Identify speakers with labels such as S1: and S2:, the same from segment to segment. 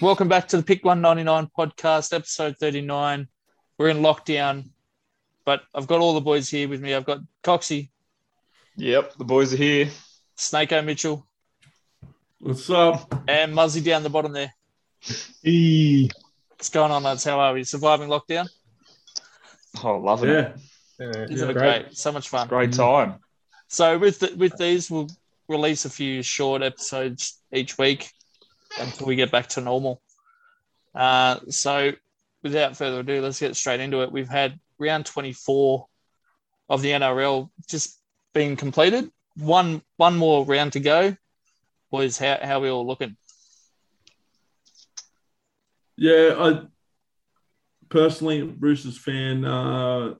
S1: Welcome back to the Pick 199 podcast, episode 39. We're in lockdown, but I've got all the boys here with me. I've got Coxie,
S2: Yep, the boys are here.
S1: Snake O Mitchell,
S3: What's up?
S1: and Muzzy down the bottom there.
S3: E.
S1: What's going on, lads? How are we? Surviving lockdown?
S2: Oh, loving it. Mm.
S3: Yeah.
S1: Isn't
S3: Yeah,
S1: it
S3: great.
S1: great? So much fun.
S2: Great time.
S1: So with the, with these, we'll release a few short episodes each week until we get back to normal. Uh, so without further ado, let's get straight into it. We've had round 24 of the NRL just being completed. One one more round to go. Boys, how how we all looking?
S3: Yeah, I personally, Roosters fan, uh,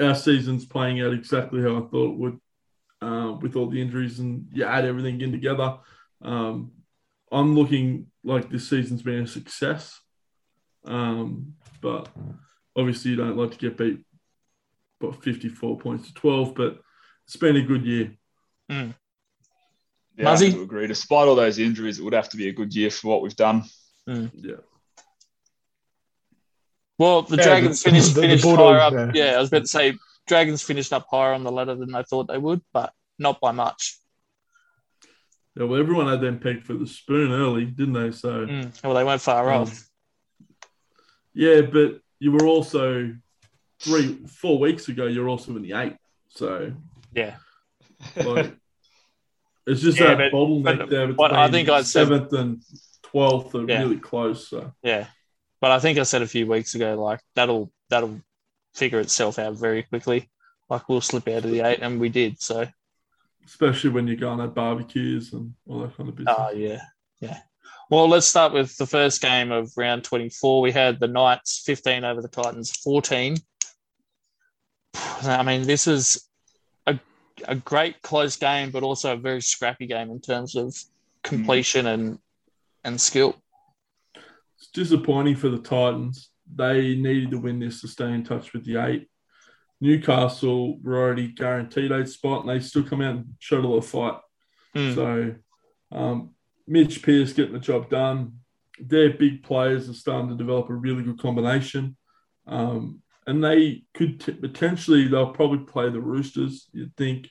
S3: our season's playing out exactly how I thought it would uh, with all the injuries and you add everything in together. Um, I'm looking like this season's been a success. Um, but obviously, you don't like to get beat by 54 points to 12, but it's been a good year.
S2: Yeah, I have
S1: Muzzy?
S2: to agree. Despite all those injuries, it would have to be a good year for what we've done.
S3: Yeah.
S1: Well, the
S4: Yeah,
S1: Dragons
S4: the-
S1: finished
S4: the- the
S1: finished higher
S4: Bulldogs,
S1: up.
S4: uh,
S1: yeah, I was about to say Dragons finished up higher on the ladder than I thought they would, but not by much.
S3: Yeah, well, everyone had them pegged for the spoon early, didn't they? So,
S1: Mm. Well, they weren't far
S3: um,
S1: off.
S3: yeah, but you were also three, four weeks ago, you're also in the eight. So,
S1: Yeah.
S3: like, it's just
S1: Yeah,
S3: that
S1: but-
S3: bottleneck
S1: but
S3: there.
S1: what I
S3: between
S1: think I said-
S3: seventh and 12th are
S1: Yeah.
S3: really close. So,
S1: Yeah. But I think I said a few weeks ago, like that'll that'll figure itself out very quickly. Like we'll slip out of the eight, and we did. So,
S3: especially when you're going to barbecues and all that kind of business.
S1: ah, yeah, yeah. Well, let's start with the first game of round twenty-four. We had the Knights fifteen over the Titans fourteen. I mean, this is a a great close game, but also a very scrappy game in terms of completion and and skill.
S3: It's disappointing for the Titans. They needed to win this to stay in touch with the eight. Newcastle were already guaranteed eight spot, and they still come out and showed a lot of fight.
S1: Mm.
S3: So, um, Mitch Pearce getting the job done. Their big players are starting to develop a really good combination, um, and they could t- potentially they'll probably play the Roosters. You'd think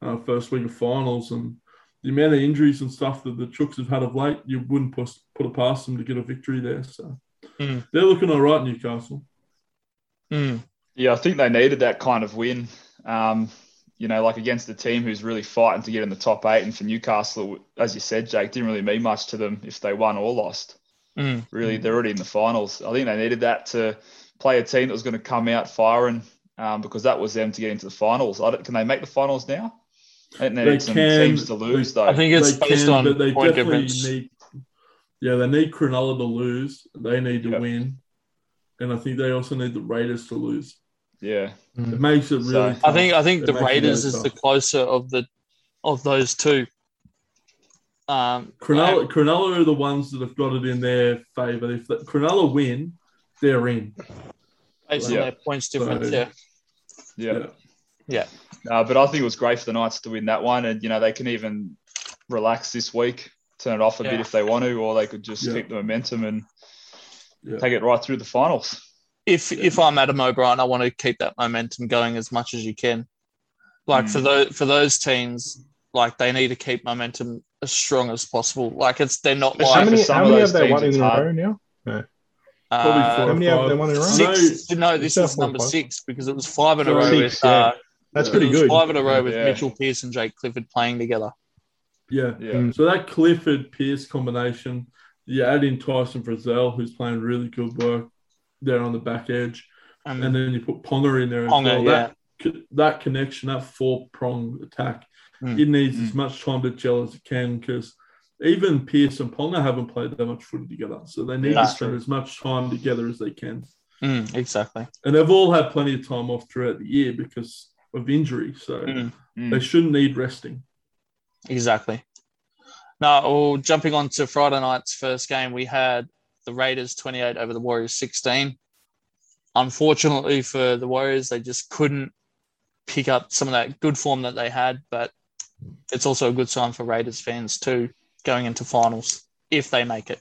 S3: uh, first week of finals, and the amount of injuries and stuff that the Chooks have had of late, you wouldn't put put it past them to get a victory there. So
S1: Mm.
S3: they're looking all right, Newcastle.
S1: Mm.
S2: Yeah, I think they needed that kind of win. Um, you know, like against a team who's really fighting to get in the top eight. And for Newcastle, as you said, Jake, didn't really mean much to them if they won or lost.
S1: Mm.
S2: Really, they're already in the finals. I think they needed that to play a team that was going to come out firing um, because that was them to get into the finals. I don't, can they make the finals now? I think they,
S3: They
S2: need some
S3: can.
S2: teams to lose, though.
S1: I think it's based on point difference.
S3: need. Yeah, they need Cronulla to lose. They need to
S2: Yep.
S3: win, and I think they also need the Raiders to lose.
S2: yeah.
S3: It makes it really.
S2: So-
S1: I
S3: tough.
S1: think I think
S3: It
S1: the
S3: makes it
S1: Raiders
S3: really
S1: is
S3: tough.
S1: the closer of the of those two. Um,
S3: Cronulla, Cronulla are the ones that have got it in their favour. If the, Cronulla win, they're in.
S1: based on
S2: Yeah.
S1: their points difference.
S3: So-
S1: yeah,
S2: Yeah.
S3: Yeah.
S1: Yeah.
S2: Uh, but I think it was great for the Knights to win that one. And, you know, they can even relax this week, turn it off a
S1: Yeah.
S2: bit if they want to, or they could just
S3: Yeah.
S2: keep the momentum and
S3: Yeah.
S2: take it right through the finals.
S1: if if I'm Adam O'Brien, I want to keep that momentum going as much as you can. Like
S4: Hmm.
S1: for those for those teams, like they need to keep momentum as strong as possible. Like it's they're not
S2: Especially
S4: How
S1: like
S2: for
S4: many,
S2: some
S4: how
S2: of
S4: many
S2: those
S4: have they
S2: teams,
S4: won
S2: it's
S4: in a
S2: hard.
S4: row now?
S3: Probably
S1: uh,
S3: four
S4: How
S3: or
S4: many have
S3: five.
S4: they won in a row?
S1: six.
S3: No.
S1: No, this
S4: It's
S1: is
S4: not
S1: number
S4: four or five.
S1: six because it was five in a row
S4: Six,
S1: with uh,
S4: That's
S3: Yeah.
S4: pretty
S1: it was
S4: good.
S1: five in a row with
S2: Yeah.
S1: Mitchell Pearce and Jake Clifford playing together.
S3: Yeah.
S2: Yeah.
S4: Mm.
S3: So that Clifford Pierce combination, you add in Tyson Frizzell, who's playing really good work there on the back edge,
S1: Um,
S3: and then you put Ponga in there. as
S1: Ponga,
S3: well.
S1: yeah.
S3: That, that connection, that four prong attack,
S1: Mm.
S3: it needs
S2: Mm.
S3: as much time to gel as it can because even Pierce and Ponga haven't played that much footy together, so they need
S1: Yeah.
S3: to spend as much time together as they can.
S1: mm, exactly.
S3: and they've all had plenty of time off throughout the year because of injury, so
S1: Mm.
S2: Mm.
S3: they shouldn't need resting.
S1: Exactly. Now, well, jumping on to Friday night's first game, we had the Raiders 28 over the Warriors 16. Unfortunately for the Warriors, they just couldn't pick up some of that good form that they had, but it's also a good sign for Raiders fans too going into finals if they make it.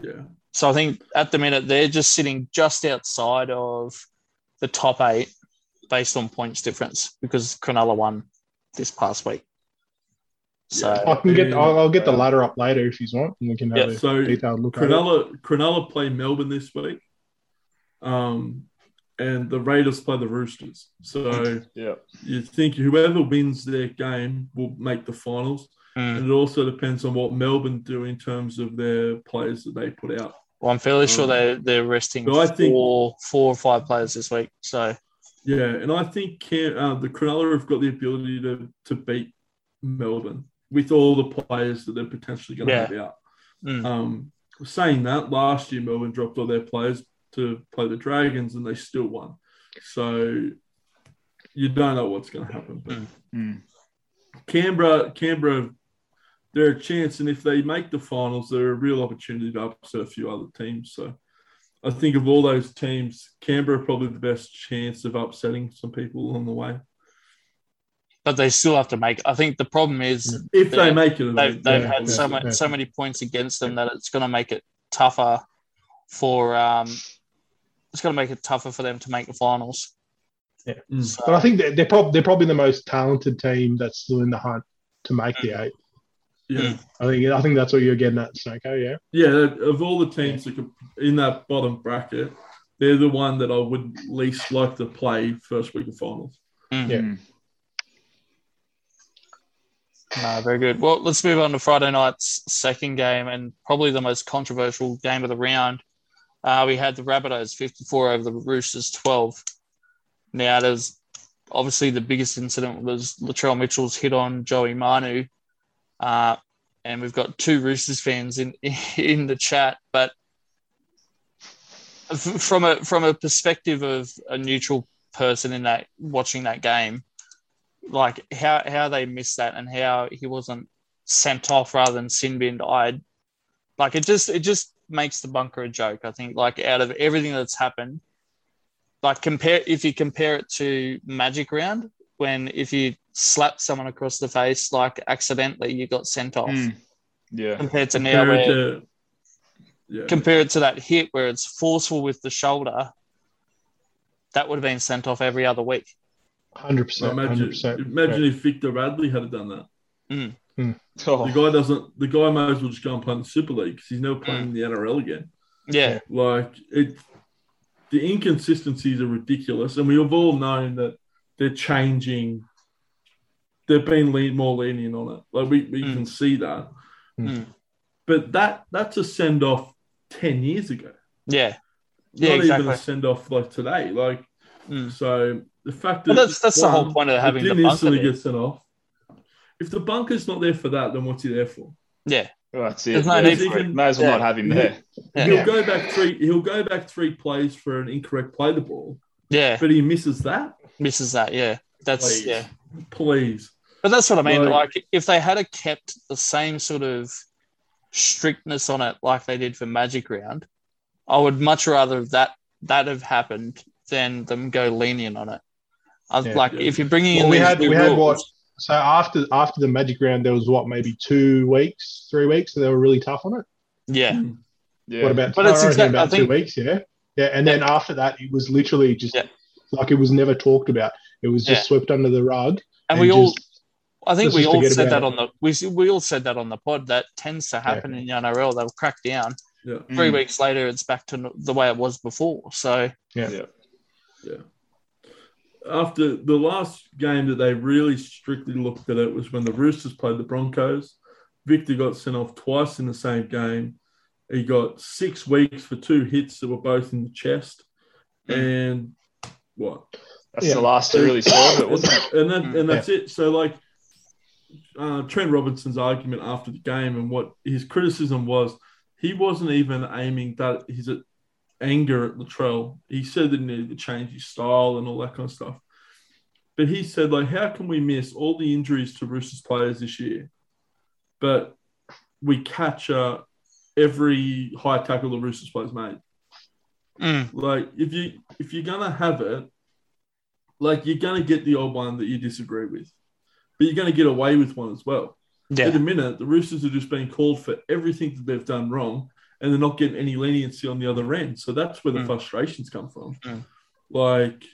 S3: Yeah.
S1: So I think at the minute they're just sitting just outside of the top eight based on points difference because Cronulla won this past week. So
S3: Yeah.
S4: I can get. I'll, I'll get the ladder up later if you want, and we can have
S1: Yeah.
S4: a
S3: So
S4: detailed look at it.
S3: Cronulla Cronulla play Melbourne this week, um, and the Raiders play the Roosters. So
S2: Yeah.
S3: you think whoever wins their game will make the finals,
S1: mm.
S3: and it also depends on what Melbourne do in terms of their players that they put out.
S1: well, I'm fairly sure
S3: Um,
S1: they're they're resting
S3: but I think-
S1: four four or five players this week. So
S3: Yeah, and I think Cam, uh, the Cronulla have got the ability to to beat Melbourne with all the players that they're potentially going to
S1: Yeah.
S3: have out.
S1: Mm.
S3: Um, saying that, last year Melbourne dropped all their players to play the Dragons, and they still won. So you don't know what's going to happen. But
S1: Mm.
S2: Mm.
S3: Canberra, Canberra, they're a chance, and if they make the finals, they're a real opportunity to upset a few other teams. So I think of all those teams, Canberra probably the best chance of upsetting some people along the way
S1: but they still have to make I think the problem is
S3: if
S1: Yeah.
S3: they make it.
S1: they've, they've
S4: Mm-hmm. Yeah,
S1: had so
S4: yeah,
S1: much
S4: yeah.
S1: so many points against them that it's gonna make it tougher for um it's gonna make it tougher for them to make the finals.
S3: Mm.
S1: So-
S4: But I think they're, they're, prob- they're probably the most talented team that's still in the hunt to make the eight.
S3: Yeah.
S4: I think I think that's what you're getting at, Snoko. Yeah.
S3: Yeah, of all the teams that could, in that bottom bracket, they're the one that I would least like to play first week of finals.
S1: Mm.
S4: Yeah.
S2: Mm.
S1: No, very good. Well, let's move on to Friday night's second game and probably the most controversial game of the round. Uh, we had the Rabbitohs 54 over the Roosters 12. Now, there's obviously the biggest incident was Latrell Mitchell's hit on Joey Manu. Uh, and we've got two Roosters fans in, in the chat. But f- from a, from a perspective of a neutral person in that watching that game, like how how they missed that and how he wasn't sent off rather than sin binned. I like it just it just makes the bunker a joke. I think like out of everything that's happened, like compare if you compare it to Magic Round when if you slap someone across the face like accidentally you got sent off
S2: Mm. Yeah.
S1: compared to now
S3: Compared
S1: where
S3: to- yeah.
S1: compare it to that hit where it's forceful with the shoulder that would have been sent off every other week.
S4: Hundred
S3: So
S4: percent. Hundred
S3: imagine
S4: percent.
S3: imagine if Victor Radley had done that.
S2: Oh,
S3: The guy doesn't. The guy may as well just go and play in the Super League because he's never playing in the NRL again.
S1: Yeah.
S3: Like it, the inconsistencies are ridiculous, and we've all known that they're changing. They've been lean, more lenient on it. Like we, we
S1: Mm.
S3: can see that,
S1: Mm.
S3: but that that's a send off ten years ago.
S1: Yeah. Yeah,
S3: Not even
S1: exactly.
S3: a send off like today. Like
S1: Mm.
S3: so, the fact that
S1: But that's that's the
S3: one,
S1: whole point of
S3: it
S1: having the
S3: didn't
S1: bunker.
S3: instantly
S1: there.
S3: get sent off. If the bunker's not there for that, then what's he there for?
S1: Yeah,
S2: well, that's it.
S1: There's no
S2: yeah.
S1: need
S3: for it.
S2: May as well
S1: Yeah.
S2: not have him
S3: Yeah.
S4: Mm.
S2: there.
S1: Yeah.
S3: He'll go back three. He'll go back three plays for an incorrect play the ball,
S1: yeah,
S3: but he misses that.
S1: misses that. Yeah, that's
S3: Please.
S1: yeah.
S3: Please,
S1: But that's what I mean.
S3: Like-
S1: Like, if they had a kept the same sort of strictness on it, like they did for Magic Round, I would much rather that that have happened than them go lenient on it. I,
S4: Yeah.
S1: like,
S3: Yeah.
S1: if you're bringing
S4: Well,
S1: in
S4: we
S1: these
S4: had-
S1: new
S4: we had what-
S1: rules-
S4: So after after the magic round, there was what maybe two weeks, three weeks. So they were really tough on it.
S1: yeah,
S2: Yeah.
S4: What about?
S1: But it's
S4: I reckon
S1: exact-
S4: about
S1: I
S4: two
S1: think-
S4: weeks. Yeah, yeah. And then after that, it was literally just
S1: Yeah.
S4: like it was never talked about. It was just
S1: Yeah.
S4: swept under the rug.
S1: and we all.
S4: just-
S1: I think
S4: let's
S1: we
S4: just
S1: all
S4: forget
S1: said
S4: about
S1: that
S4: it.
S1: on the we, we all said that on the pod that tends to happen in the NRL they'll crack down
S2: Mm.
S1: three weeks later it's back to n- the way it was before so
S2: Yeah.
S3: after the last game that they really strictly looked at it was when the Roosters played the Broncos. Victor got sent off twice in the same game. He got six weeks for two hits that were both in the chest,
S1: Hmm.
S3: and what?
S2: That's
S4: Yeah.
S2: the last you really saw of it, wasn't it?
S3: and that, and that's it. So like uh, Trent Robinson's argument after the game and what his criticism was, he wasn't even aiming that his anger at Latrell. He said that he needed to change his style and all that kind of stuff. But he said like, how can we miss all the injuries to Roosters players this year, but we capture every high tackle the Roosters players made.
S1: mm,
S3: Like if you if you're gonna have it, like you're gonna get the old one that you disagree with, but you're gonna get away with one as well.
S1: yeah
S3: At the minute, the Roosters are just being called for everything that they've done wrong, and they're not getting any leniency on the other end. So that's where the
S1: Mm.
S3: frustrations come from.
S1: Mm.
S3: Like,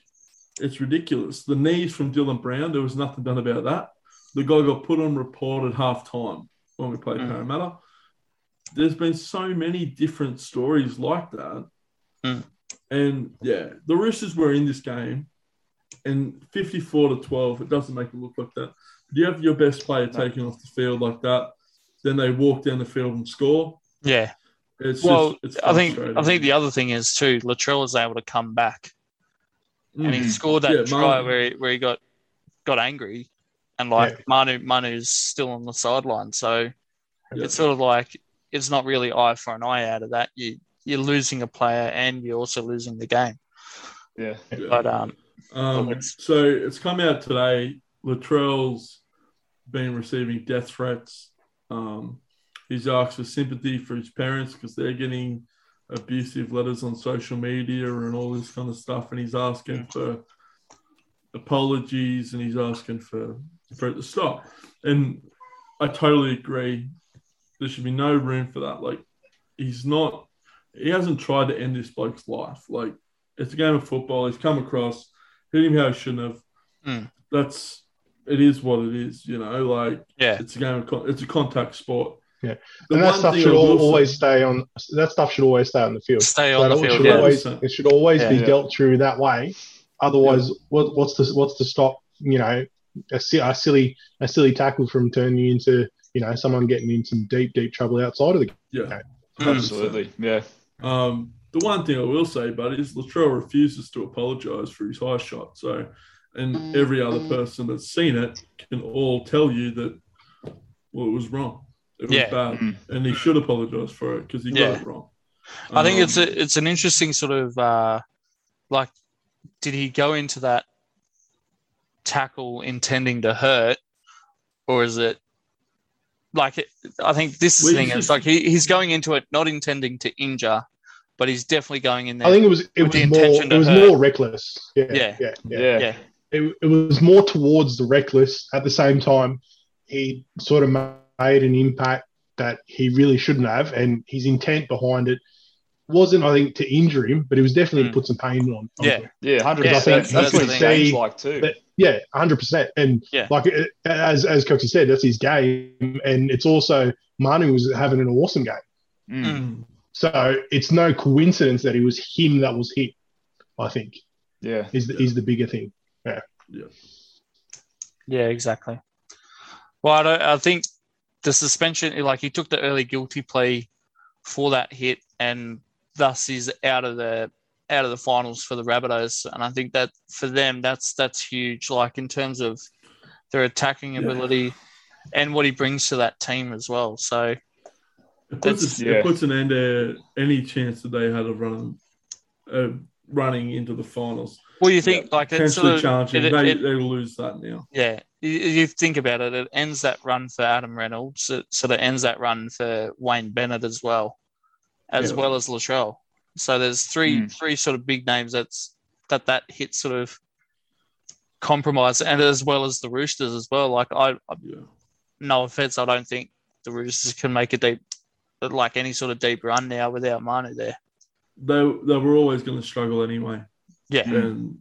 S3: it's ridiculous. The knees from Dylan Brown, there was nothing done about that. The guy got put on report at half time when we played
S1: Mm.
S3: Parramatta. There's been so many different stories like that.
S1: Mm.
S3: And yeah, the Roosters were in this game and 54 to 12, it doesn't make it look like that. You have your best player taken off the field like that, then they walk down the field and score.
S1: Yeah.
S3: It's
S1: Well,
S3: just, it's
S1: I think I
S3: frustrating.
S1: think the other thing is too, Latrell is able to come back and he
S2: Mhm.
S1: scored that
S3: Yeah,
S1: try
S3: Manu-
S1: where he, where he got got angry, and like Manu Manu's still on the sideline, so
S3: Yeah.
S1: it's sort of like it's not really eye for an eye out of that. You you're losing a player and you're also losing the game.
S2: Yeah.
S3: Yeah.
S1: But um,
S3: Um,
S1: Alex.
S3: so it's come out today. Latrell's been receiving death threats. Um, he's asked for sympathy for his parents because they're getting abusive letters on social media and all this kind of stuff. And he's asking for apologies and he's asking for, for it to stop. And I totally agree. There should be no room for that. Like, he's not, he hasn't tried to end this bloke's life. Like, it's a game of football. He's come across, hit him how he shouldn't have.
S1: Mm.
S3: That's it is what it is, you know. Like
S1: yeah,
S3: it's a game of con- it's a contact sport.
S4: Yeah.
S3: The
S4: and that
S3: one
S4: stuff
S3: thing
S4: should
S3: I will
S4: al-
S3: say-
S4: always stay on. That stuff should always stay on the field.
S1: stay on
S4: That
S1: the
S4: al-
S1: field.
S4: should
S1: Yeah,
S3: all-
S4: always, it should always be
S1: Yeah.
S4: dealt through that way. Otherwise, what, what's the what's to stop you know a, si- a silly a silly tackle from turning you into you know someone getting in some deep deep trouble outside of the game.
S3: yeah,
S1: Mm.
S2: Absolutely. Yeah.
S3: Um, the one thing I will say, buddy, is Latrell refuses to apologise for his high shot. So, and every other person that's seen it can all tell you that well, it was wrong. It was
S1: Yeah.
S3: bad,
S2: Mm.
S3: and he should apologise for it because he
S1: Yeah.
S3: got it wrong.
S1: I think
S3: Um,
S1: it's a, it's an interesting sort of uh, like, did he go into that tackle intending to hurt, or is it like it, I think this
S3: Well,
S1: thing
S3: he's
S1: is
S3: just-
S1: like he, he's going into it not intending to injure, but he's definitely going in there.
S4: I think it was it
S1: With the
S4: was more
S1: intention
S4: it
S1: to
S4: was
S1: hurt.
S4: more reckless. Yeah,
S1: Yeah.
S4: yeah, yeah.
S2: Yeah.
S1: yeah,
S4: It, it was more towards the reckless. At the same time, he sort of made an impact that he really shouldn't have, and his intent behind it wasn't, I think, to injure him, but it was definitely
S1: Mm.
S4: to put some pain on. on
S1: Yeah.
S4: him.
S2: Yeah. Hundred
S1: Yeah,
S2: percent.
S1: that's-
S2: That's
S1: that's
S2: what
S1: the
S2: his
S4: thing.
S2: game's like too.
S4: But yeah, hundred percent. And
S1: Yeah.
S4: like it- as as Coxie said, that's his game, and it's also Manu was having an awesome game,
S2: Mm.
S3: mm,
S4: so it's no coincidence that it was him that was hit. I think
S2: Yeah.
S4: is the, is the bigger thing.
S1: yeah, exactly. Well, I, don't, I think the suspension, like he took the early guilty plea for that hit, and thus is out of the out of the finals for the Rabbitohs. And I think that for them, that's that's huge. Like in terms of their attacking
S3: Yeah.
S1: ability and what he brings to that team as well. So
S3: It puts,
S1: That's-
S3: a-
S2: yeah.
S3: it puts an end to any chance that they had of running, uh, running into the finals.
S1: what do you think? Like it's
S3: Potentially
S1: sort of,
S3: challenging.
S1: it-
S3: they,
S1: it-
S3: they lose that now.
S1: Yeah, you, you think about it, it ends that run for Adam Reynolds. It sort of ends that run for Wayne Bennett as well, as
S3: Yeah.
S1: well as Latrell. So there's three
S2: Mm.
S1: three sort of big names that's that that hit sort of compromise, and as well as the Roosters as well. Like I, I
S3: Yeah.
S1: no offense, I don't think the Roosters can make a deep like any sort of deep run now without Manu there.
S3: They, they were always going to struggle anyway.
S1: Yeah,
S2: Mm.
S3: And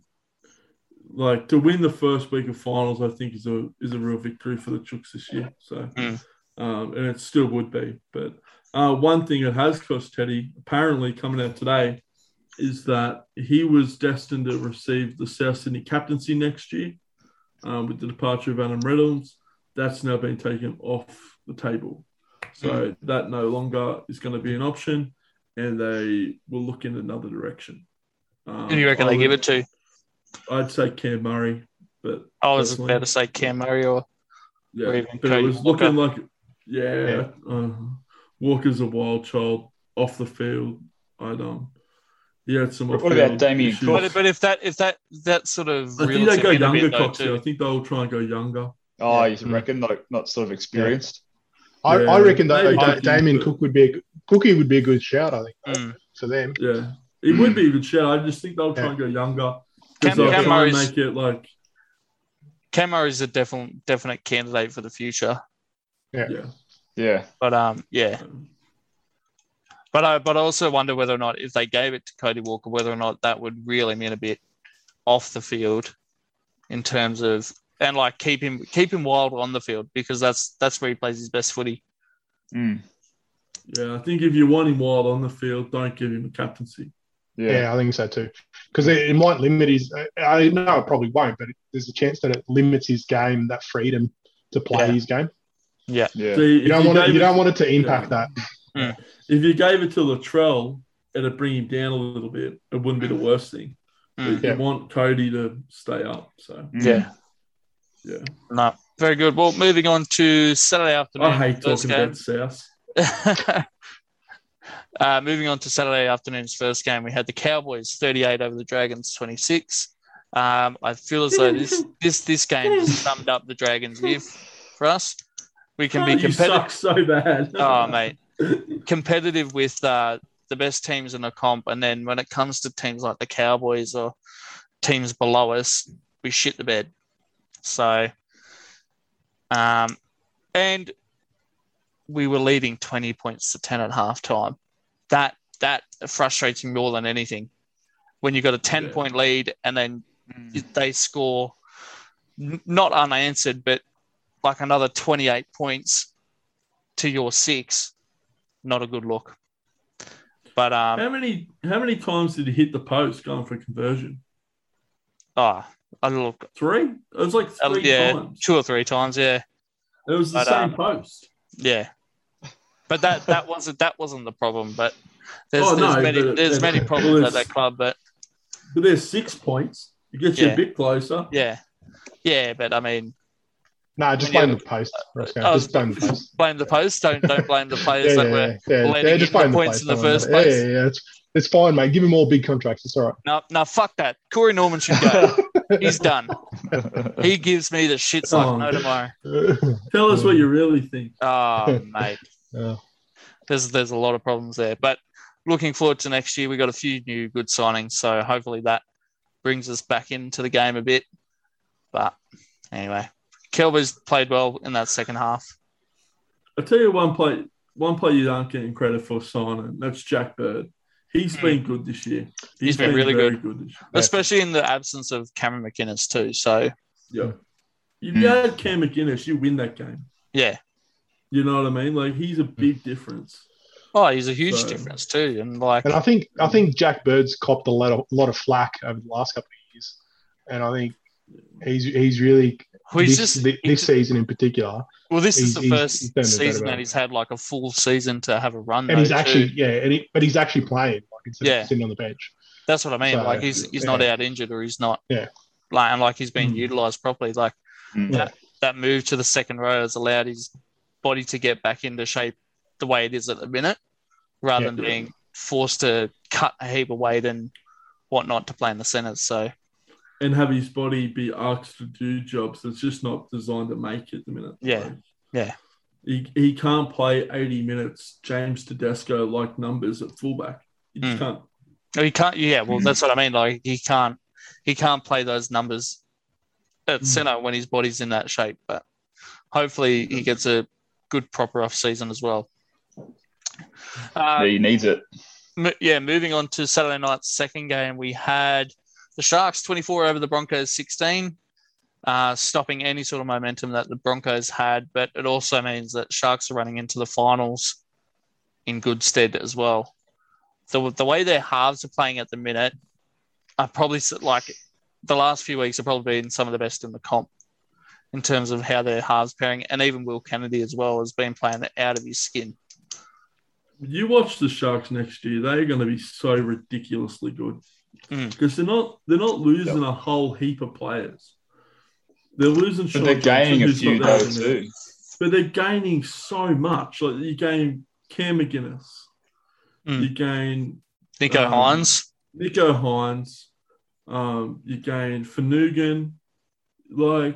S3: like to win the first week of finals, I think is a is a real victory for the Chooks this year. So,
S1: Mm.
S3: um, and it still would be. But uh, one thing it has cost Teddy apparently coming out today is that he was destined to receive the South Sydney captaincy next year um, with the departure of Adam Reynolds. That's now been taken off the table. So
S1: Mm.
S3: that no longer is going to be an option, and they will look in another direction. Um,
S1: who do you reckon
S3: I
S1: they give
S3: would-
S1: it to?
S3: I'd say Cam Murray, but
S1: I was
S3: definitely.
S1: about to say Cam Murray or Or
S3: yeah,
S1: even
S3: but it
S1: Cody
S3: was
S1: Walker.
S3: looking like yeah, uh, Walker's a wild child off the field. I um, he had some.
S2: What
S3: off-field
S2: about Damien
S3: issues.
S2: Cook?
S1: But, but if that if that that sort of
S3: I think
S1: reels
S3: they go
S1: him in a bit,
S3: younger,
S1: though,
S3: Coxie. I
S1: too.
S3: think they'll try and go younger.
S2: Oh,
S4: Yeah. Mm.
S2: you reckon not, not sort of experienced?
S4: I,
S3: Yeah,
S4: I reckon though,
S3: maybe
S4: Da-
S3: Cookie,
S4: Damien
S3: but-
S4: Cook would be a, Cookie would be a good shout. I think
S1: Mm.
S4: for them.
S3: Yeah, it would be a good shout. I just think they'll try
S4: Yeah.
S3: and go younger. 'cause
S1: Cam,
S3: they'll
S1: Cam
S3: try and
S1: Murray's,
S3: make it like
S1: Cam Murray's a definite definite candidate for the future.
S3: yeah.
S2: Yeah.
S1: But um, yeah.
S3: um,
S1: But I but I also wonder whether or not if they gave it to Cody Walker, whether or not that would reel him in a bit off the field in terms of and like keep him keep him wild on the field because that's that's where he plays his best footy.
S2: Mm.
S3: Yeah, I think if you want him wild on the field, don't give him a captaincy.
S4: Yeah,
S2: Yeah.
S4: I think so too. Because it, it might limit his. I- I know it probably won't, but there's a chance that it limits his game, that freedom to play
S1: Yeah.
S4: his game.
S2: Yeah.
S3: See, if
S4: You don't want it,
S3: gave
S4: you
S3: it-
S4: don't want it to impact
S3: Yeah.
S4: that.
S3: If you gave it to Latrell, it'd bring him down a little bit. It wouldn't
S1: Mm-hmm.
S3: be the worst thing.
S1: Mm.
S4: Yeah.
S3: You want Cody to stay up. So
S2: Mm.
S1: Yeah.
S3: yeah,
S1: No. Very good. Well, moving on to Saturday afternoon.
S3: I hate
S1: first game.
S3: talking about South.
S1: uh, moving on to Saturday afternoon's first game, we had the Cowboys 38 over the Dragons 26. Um, I feel as though this this this game just summed up the Dragons' year for us. We can
S3: Oh,
S1: be
S3: you
S1: competitive.
S3: suck so bad.
S1: Oh, mate, competitive with uh, the best teams in the comp, and then when it comes to teams like the Cowboys or teams below us, we shit the bed. So, um, and we were leading twenty points to ten at halftime. That that frustrates me more than anything. When you got a ten
S3: Yeah.
S1: point lead and then
S2: Mm.
S1: they score n- not unanswered, but like another 28 points to your six, not a good look. But um,
S3: How many how many times did he hit the post going for conversion?
S1: ah, a look,
S3: Three? It was like
S1: uh,
S3: three
S1: yeah,
S3: times.
S1: two or three times, yeah,
S3: It was the
S1: But,
S3: same
S1: um,
S3: post.
S1: yeah. But that that wasn't that wasn't the problem. But there's,
S3: Oh,
S1: there's
S3: no,
S1: many
S3: but it-
S1: there's
S3: it-
S1: many
S3: it
S1: problems
S3: was-
S1: at that club. But
S3: But there's six points. It gets you
S1: Yeah.
S3: a bit closer.
S1: yeah, yeah. But I mean,
S4: No, just
S1: Yeah.
S4: blame the post. Roscoe.
S1: Oh,
S4: Just blame the post.
S1: blame the post. Don't don't blame the players that were
S4: yeah,
S1: letting in
S4: just
S1: the
S4: blame
S1: points in the
S4: Don't worry
S1: first
S4: about it.
S1: place.
S4: Yeah, yeah, yeah. It's, it's fine, mate. Give him all big contracts. It's all right.
S1: no no fuck that. Corey Norman should go. He's done. He gives me the shits like
S3: Oh.
S1: no tomorrow.
S3: Tell us what you really think.
S1: Oh, mate,
S4: Yeah.
S1: there's there's a lot of problems there. But looking forward to next year. We got a few new good signings, so hopefully that brings us back into the game a bit. But anyway, Kelby's played well in that second half.
S3: I'll tell you one play one player you aren't getting credit for signing. That's Jack Bird. He's
S1: Hmm.
S3: been good this year.
S1: He's been really
S3: very
S1: good.
S3: this year.
S4: Yeah.
S1: Especially in the absence of Cameron McInnes too. So
S3: Yeah. If
S2: Hmm.
S3: you had Cam McGuinness, you win that game.
S1: yeah.
S3: You know what I mean? Like he's a
S1: Hmm.
S3: big difference.
S1: Oh, he's a huge
S3: So-
S1: difference too. And like
S4: And I think I think Jack Bird's copped a lot of, lot of flack over the last couple of years, and I think he's he's really
S1: he's
S4: this,
S1: just
S4: thi-
S1: he
S4: this
S1: just-
S4: season in particular,
S1: well, this is
S4: he's-
S1: the
S4: he's-
S1: first
S4: he's done a better
S1: season that
S4: job.
S1: he's had like a full season to have a run.
S4: and he's
S1: though, too.
S4: actually yeah, and he, but he's actually playing like instead
S1: Mm-hmm. Yeah.
S4: of sitting on the bench.
S1: That's what I mean.
S4: So,
S1: like he's he's not
S4: yeah.
S1: out injured or he's not
S4: Yeah.
S1: like and like he's been
S4: Mm.
S1: utilized properly. Like
S2: Mm.
S1: that that move to the second row has allowed his body to get back into shape the way it is at the minute, rather
S4: Yeah.
S1: than being forced to cut a heap of weight and whatnot to play in the centres. So
S3: and have his body be asked to do jobs that's just not designed to make it at the minute.
S1: Yeah,
S3: Like,
S1: yeah.
S3: He, he can't play 80 minutes James Tedesco like numbers at fullback. He just
S1: Mm.
S3: can't.
S1: no, he can't. Yeah, well,
S4: Hmm.
S2: Mm.
S1: that's what I mean. Like he can't he can't play those numbers at
S4: Hmm.
S3: Mm.
S1: centre when his body's in that shape. But hopefully
S4: Hmm.
S1: he gets a good proper off season as well.
S2: Yeah,
S1: Uh,
S2: he needs it.
S1: Mo- yeah, moving on to Saturday night's second game, we had the Sharks 24 over the Broncos 16, uh, stopping any sort of momentum that the Broncos had. But it also means that Sharks are running into the finals in good stead as well. The, the way their halves are playing at the minute are probably s- like the last few weeks have probably been some of the best in the comp in terms of how their halves pairing. And even Will Kennedy as well has been playing out of his skin.
S3: You watch the Sharks next year, they're going to be so ridiculously good
S1: Mm.
S3: because they're not they're not losing a whole heap of players. They're losing.
S2: But
S3: Sean
S2: they're gaining a
S3: Johnson, who's
S2: few
S3: not there at
S2: though
S3: the minute.
S2: too.
S3: but they're gaining so much. Like you gain Cam McGuinness,
S1: Mm.
S3: you gain
S1: Nico
S3: Um,
S1: Hines.
S3: Nico Hines, um, you gain Fanugan. Like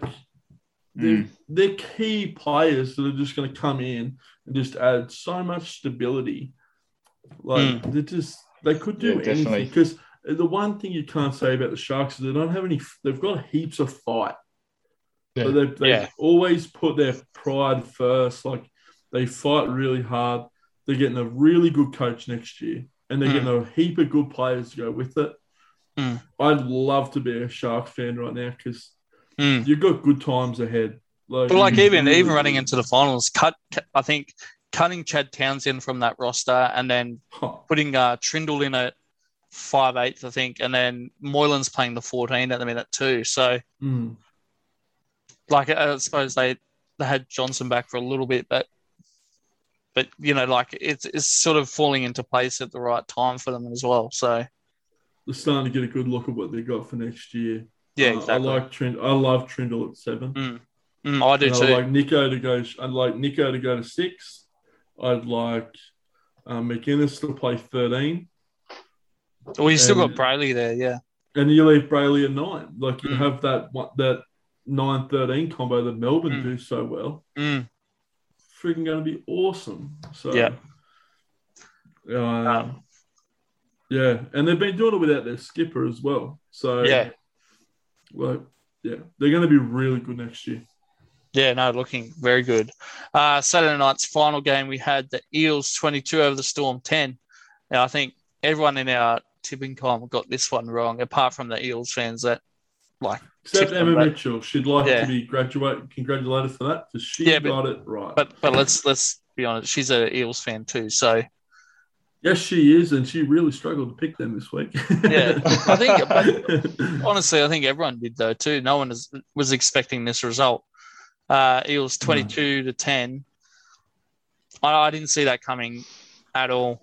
S3: they're,
S2: Mm.
S3: they're key players that are just going to come in and just add so much stability. Like they just they could
S2: Mm. Yeah,
S3: do
S2: definitely.
S3: anything because the one thing you can't say about the Sharks is they don't have any. They've got heaps of fight.
S4: Yeah.
S3: But they've, they've
S1: Yeah.
S3: always put their pride first. Like they fight really hard. They're getting a really good coach next year, and they're
S1: Mm.
S3: getting a heap of good players to go with it.
S1: Mm.
S3: I'd love to be a Sharks fan right now because
S1: Mm.
S3: you've got good times ahead.
S1: But like
S3: you
S1: even
S3: really-
S1: even running into the finals, cut I think cutting Chad Townsend from that roster and then
S3: Huh.
S1: putting uh, Trindle in at five eighth, I think, and then Moylan's playing the fourteen at the minute too. So
S3: Mm.
S1: like I I suppose they they had Johnson back for a little bit, but but you know like it's it's sort of falling into place at the right time for them as well. So
S3: They're starting to get a good look at what they got for next year.
S1: yeah,
S3: Uh,
S1: exactly.
S3: I like Trend. I love Trindle at seven.
S1: Mm, I do
S3: And
S1: too.
S3: I'd like Nico to go. I'd like Nico to go to six. I'd like um, McInnes to play thirteen,
S1: well, you still got
S3: um,
S1: Brayley there, yeah.
S3: and you leave Brayley at nine. Like you
S1: Mm.
S3: have that one- that nine thirteen combo that Melbourne
S1: Mm.
S3: do so well.
S1: Mm.
S3: Freaking going to be awesome. So
S1: Yeah. Um,
S3: uh, yeah, and they've been doing it without their skipper as well. So
S1: Yeah.
S3: like yeah, they're going to be really good next year.
S1: Yeah, no, looking very good. Uh, Saturday night's final game, we had the Eels 22 over the Storm 10. Now, I think everyone in our tipping column got this one wrong, apart from the Eels fans that, like,
S3: Except
S1: Tipped
S3: Emma
S1: them, mate.
S3: Mitchell, she'd like
S1: Yeah.
S3: to be graduate congratulated for that because she
S1: Yeah, but-
S3: got it right.
S1: but but let's let's be honest, she's a Eels fan too. So
S3: yes, she is, and she really struggled to pick them this week.
S1: yeah, I think but honestly, I think everyone did though too. No one is, was expecting this result. Uh, Eels 22 to 10. I, I didn't see that coming at all,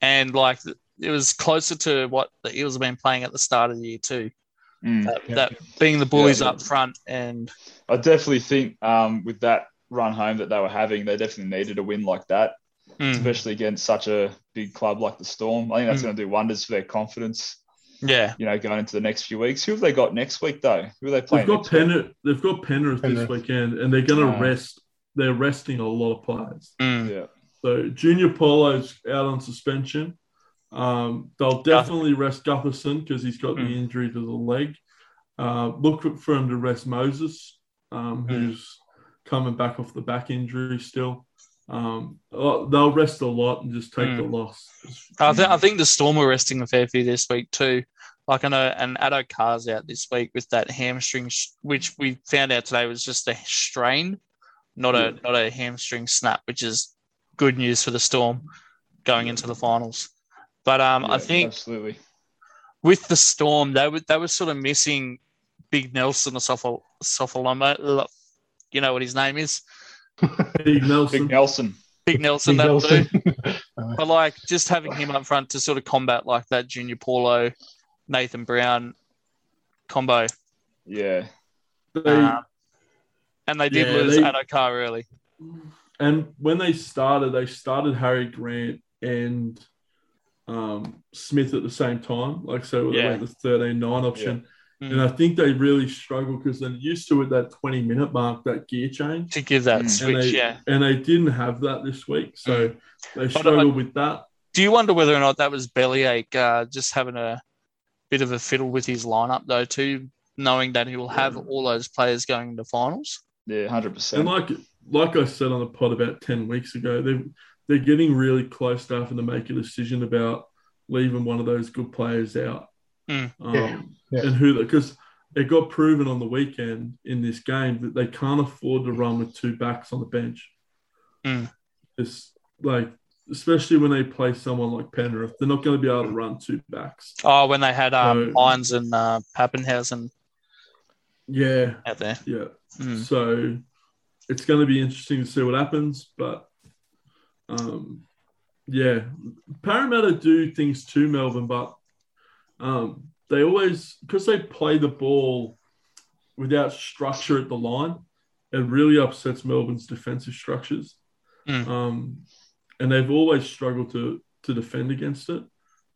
S1: and like it was closer to what the Eels have been playing at the start of the year too.
S2: Mm.
S1: That,
S4: Yeah.
S1: Uh, that being the bullies
S2: Yeah.
S1: up front and
S2: I definitely think um, with that run home that they were having, they definitely needed a win like that,
S1: Mm,
S2: especially against such a big club like the Storm. I think that's going to do wonders for their confidence,
S1: yeah,
S2: you know, going into the next few weeks. Who have they got next week though? Who are they
S3: they've
S2: playing?
S3: got
S2: next week?
S3: Penrith. They've got Penrith this
S4: Penrith.
S3: weekend, and they're going to
S2: Oh.
S3: rest. They're resting a lot of players.
S1: mm,
S2: Yeah.
S3: So Junior Polo's out on suspension. Um, they'll definitely rest Gutherson because he's got
S1: Hmm.
S3: the injury to the leg. Uh, look for him to rest Moses,
S1: Hmm.
S3: um, who's coming back off the back injury still. Um, uh, they'll rest a lot and just take
S1: Hmm.
S3: the loss.
S1: I, th- I think the Storm are resting a fair few this week too. Like I know, and Addo Carr's out this week with that hamstring, sh- which we found out today was just a strain, not a
S3: Yeah.
S1: not a hamstring snap, which is good news for the Storm going into the finals. But um,
S2: Yeah,
S1: I think
S2: absolutely.
S1: with the Storm, they were they were sort of missing Big Nelson or Sofal Sofaloma. You know what his name is,
S3: Big
S2: Big
S3: Nelson.
S2: Nelson.
S1: Big Nelson. that
S4: Nelson.
S1: dude. But like just having him up front to sort of combat like that junior Paulo, Nathan Brown combo.
S2: Yeah.
S3: They-
S1: Uh, and they did
S3: Yeah,
S1: lose
S3: they-
S1: Adokar early.
S3: and when they started, they started Harry Grant and um, Smith at the same time. Like, so they
S1: Yeah.
S3: went the 13 9 option.
S1: Yeah.
S3: And I think they really struggled because they're used to it that 20 minute mark, that gear change.
S1: To give that
S2: Mm. And
S1: switch,
S3: and they,
S1: yeah. Mm.
S3: And they didn't have that this week. So they struggled with that.
S1: Do you wonder whether or not that was Bellyache uh, just having a bit of a fiddle with his lineup though, too, knowing that he will have all those players going into finals?
S2: Yeah, hundred
S3: And
S2: percent.
S3: like, like I said on the pod about 10 weeks ago, they're, they're getting really close to having to make a decision about leaving one of those good players out.
S1: Mm.
S3: Um,
S4: Yeah. Yeah.
S3: And who, because it got proven on the weekend in this game that they can't afford to run with two backs on the bench.
S1: Mm.
S3: It's like, especially when they play someone like Penrith, they're not going to be able to run two backs.
S1: Oh, when they had um,
S3: So-
S1: Hines and uh, Pappenhausen
S3: Yeah.
S1: out there.
S3: Yeah.
S1: Mm.
S3: So it's going to be interesting to see what happens. But um, yeah, Parramatta do things to Melbourne, but um, they always, because they play the ball without structure at the line, it really upsets Melbourne's defensive structures.
S1: Mm.
S3: Um, and they've always struggled to, to defend against it.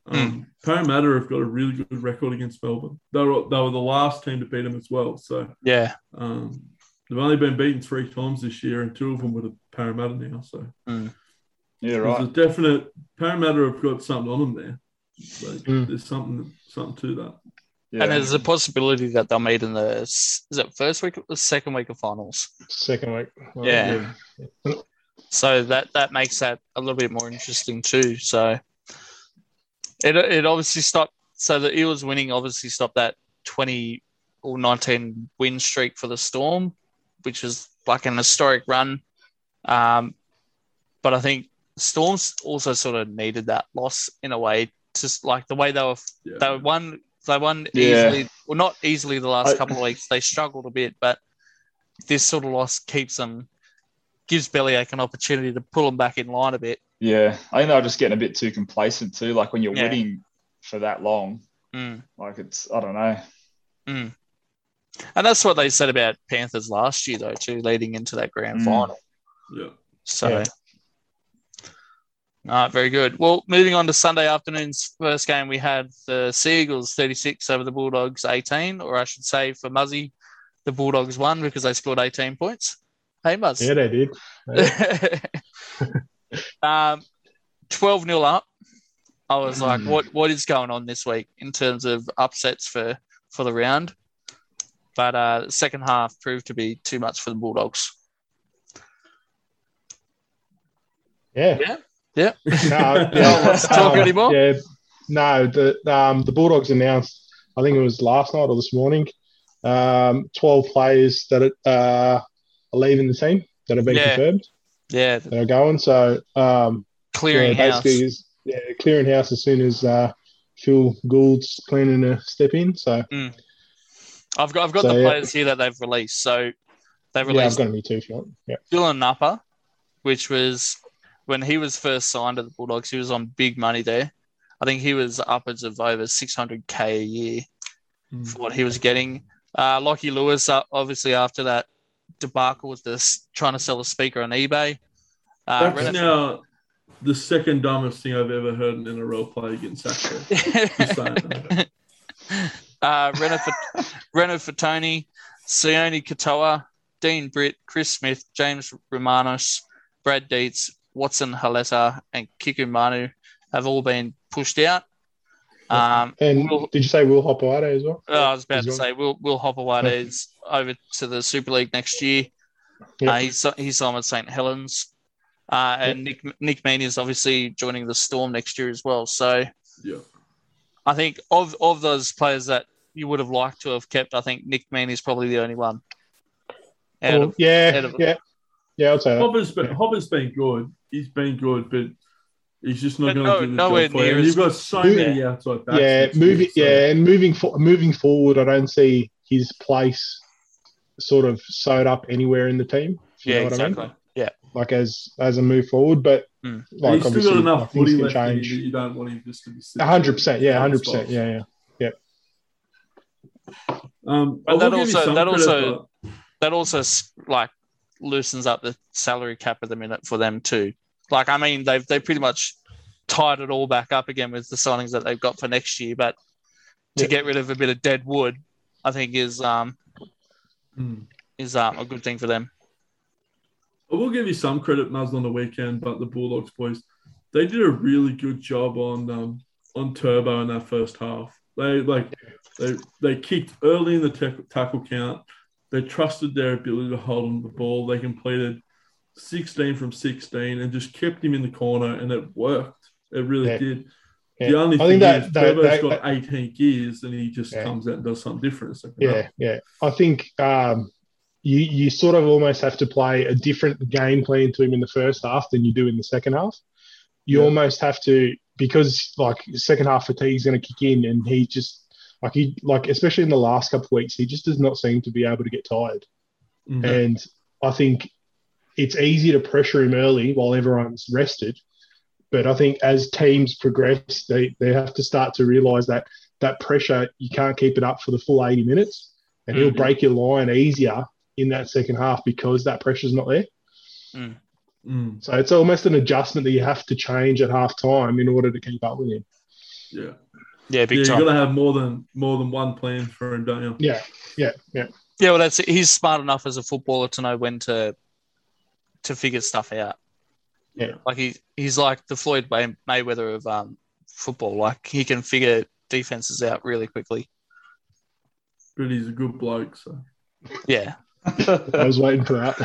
S1: Mm.
S3: Um, Parramatta have got a really good record against Melbourne. They were, they were the last team to beat them as well. So,
S1: Yeah.
S3: um, they've only been beaten three times this year, and two of them were the Parramatta now. So
S2: Yeah,
S3: there's
S2: right.
S3: a definite Parramatta have got something on them there. Like,
S4: Mm.
S3: There's something something to that.
S2: Yeah.
S1: And there's a possibility that they'll meet in the s- is it first week or the second week of finals?
S4: Second week. Well,
S1: Yeah. So that that makes that a little bit more interesting too. So it it obviously stopped. So the Eels winning obviously stopped that twenty or nineteen win streak for the Storm, which is like an historic run. Um, but I think Storms also sort of needed that loss in a way, just like the way they were
S3: Yeah.
S1: they won they won
S2: Yeah.
S1: easily well not easily the last
S2: I-
S1: couple of weeks they struggled a bit but this sort of loss keeps them gives bellyache an opportunity to pull them back in line a bit
S2: Yeah, I think they were just getting a bit too complacent too. Like when you're
S1: Yeah.
S2: winning for that long,
S1: Mm.
S2: like it's I don't know.
S1: and that's what they said about panthers last year though too leading into that grand
S2: Mm.
S1: final
S3: Yeah.
S1: so
S4: Yeah.
S1: Ah, very good. Well, moving on to Sunday afternoon's first game, we had the Seagulls 36 over the Bulldogs 18, or I should say for Muzzy, the Bulldogs won because they scored 18 points. Hey, Muzz.
S4: Yeah, they did.
S1: um, 12 0 up. I was like,
S2: Mm.
S1: what what is going on this week in terms of upsets for, for the round? But uh, second half proved to be too much for the Bulldogs.
S4: Yeah. No,
S1: Yeah, let's talk
S4: Um,
S1: anymore.
S4: Yeah, no, the um, the Bulldogs announced, I think it was last night or this morning, um, twelve players that uh, are leaving the team that have been
S1: Yeah.
S4: confirmed
S1: Yeah,
S4: that are going. So um,
S1: clearing
S4: yeah,
S1: house.
S4: basically, is yeah, clearing house as soon as uh, Phil Gould's planning to step in. So
S1: I've got I've got
S4: So,
S1: the
S4: yeah.
S1: players here that they've released. So they've
S4: yeah, I've
S1: released
S4: got to be too if you want. Yeah,
S1: Dylan Napa, which was when he was first signed to the Bulldogs, he was on big money there. I think he was upwards of over 600k a year for what he was getting. Uh, Lockie Lewis, uh, obviously, after that debacle with this trying to sell a speaker on eBay. Uh,
S3: That's now the second dumbest thing I've ever heard in an NRL play against Sacco. Just saying.
S1: uh, Renner for Renner for Tony, Sione Katoa, Dean Britt, Chris Smith, James Romanos, Brad Dietz, Watson Haletta, and Kiku Manu have all been pushed out. Um,
S4: and
S1: Will-
S4: did you say Will Hopewade as well?
S1: oh, I was about
S4: He's
S1: to
S4: gone.
S1: say Will Will Hopperwade is over to the Super League next year.
S4: Yeah.
S1: Uh, he's he's signed with St Helens, uh, and Nick Nick Meaney is obviously joining the Storm next year as well. So.
S3: yeah.
S1: I think of of those players that you would have liked to have kept, I think Nick Meaney is probably the only one. Out
S4: Well,
S1: of- out
S4: yeah,
S1: of-
S4: yeah, yeah. I'll say that.
S3: Hopper's been, Hopper's been good. He's been good, but he's just not
S1: But
S3: going
S1: no-
S3: to do the
S1: nowhere
S3: job for you.
S1: near
S3: And
S1: as-
S3: You've got so
S4: Yeah.
S3: many outside backs.
S4: yeah,
S3: next year,
S4: moving.
S3: so-
S4: Yeah, and moving for moving forward, I don't see his place sort of sewed up anywhere in the team. if you
S1: yeah,
S4: know what I mean.
S1: exactly.
S4: Like as as a move forward, but
S1: Mm.
S3: And he's
S4: like
S3: still got
S4: obviously
S3: enough
S4: things
S3: footy
S4: can
S3: left in you that
S4: change.
S3: you don't want him just to be sitting
S4: hundred percent, yeah,
S3: in
S4: hundred
S3: spots.
S4: percent, yeah, yeah.
S3: Um,
S1: But
S3: I will
S1: that
S3: give you
S1: also-
S3: some
S1: that
S3: credit,
S1: also-
S3: but-
S1: That also s- like loosens up the salary cap at the minute for them too. Like I mean, they've they pretty much tied it all back up again with the signings that they've got for next year. But to
S4: Yeah.
S1: get rid of a bit of dead wood, I think is um
S3: Hmm.
S1: is um a good thing for them.
S3: I will give you some credit, Muzz, on the weekend, but the Bulldogs boys, they did a really good job on um, on Turbo in that first half. They like they they kicked early in the tack- tackle count. They trusted their ability to hold on to the ball. They completed 16 from 16 and just kept him in the corner, and it worked. It really
S4: Yeah.
S3: did.
S4: yeah.
S3: The only
S4: I
S3: thing
S4: think
S3: is,
S4: that, that,
S3: Turbo's
S4: that-
S3: got 18 gears, and he just
S4: Yeah.
S3: comes out and does something different. It's like,
S4: yeah, yeah. I think um, you you sort of almost have to play a different game plan to him in the first half than you do in the second half. You
S3: Yeah.
S4: almost have to because like second half fatigue's going to kick in, and he just like he like especially in the last couple of weeks, he just does not seem to be able to get tired.
S3: no. Mhm.
S4: And I think it's easy to pressure him early while everyone's rested. But I think as teams progress, they, they have to start to realise that that pressure, you can't keep it up for the full 80 minutes. And he'll
S1: Mhm.
S4: break your line easier in that second half because that pressure's not there.
S3: Mm.
S4: So it's almost an adjustment that you have to change at half time in order to keep up with him.
S3: Yeah,
S1: Yeah, big
S3: yeah
S1: time.
S3: you got to have more than more than one plan for him, don't you?
S4: Yeah, yeah, yeah.
S1: Yeah, well, that's it. he's smart enough as a footballer to know when to to figure stuff out.
S4: Yeah.
S1: like he he's like the Floyd May- Mayweather of um football. Like he can figure defenses out really quickly.
S3: But he's a good bloke, so
S1: Yeah,
S4: I was waiting for that.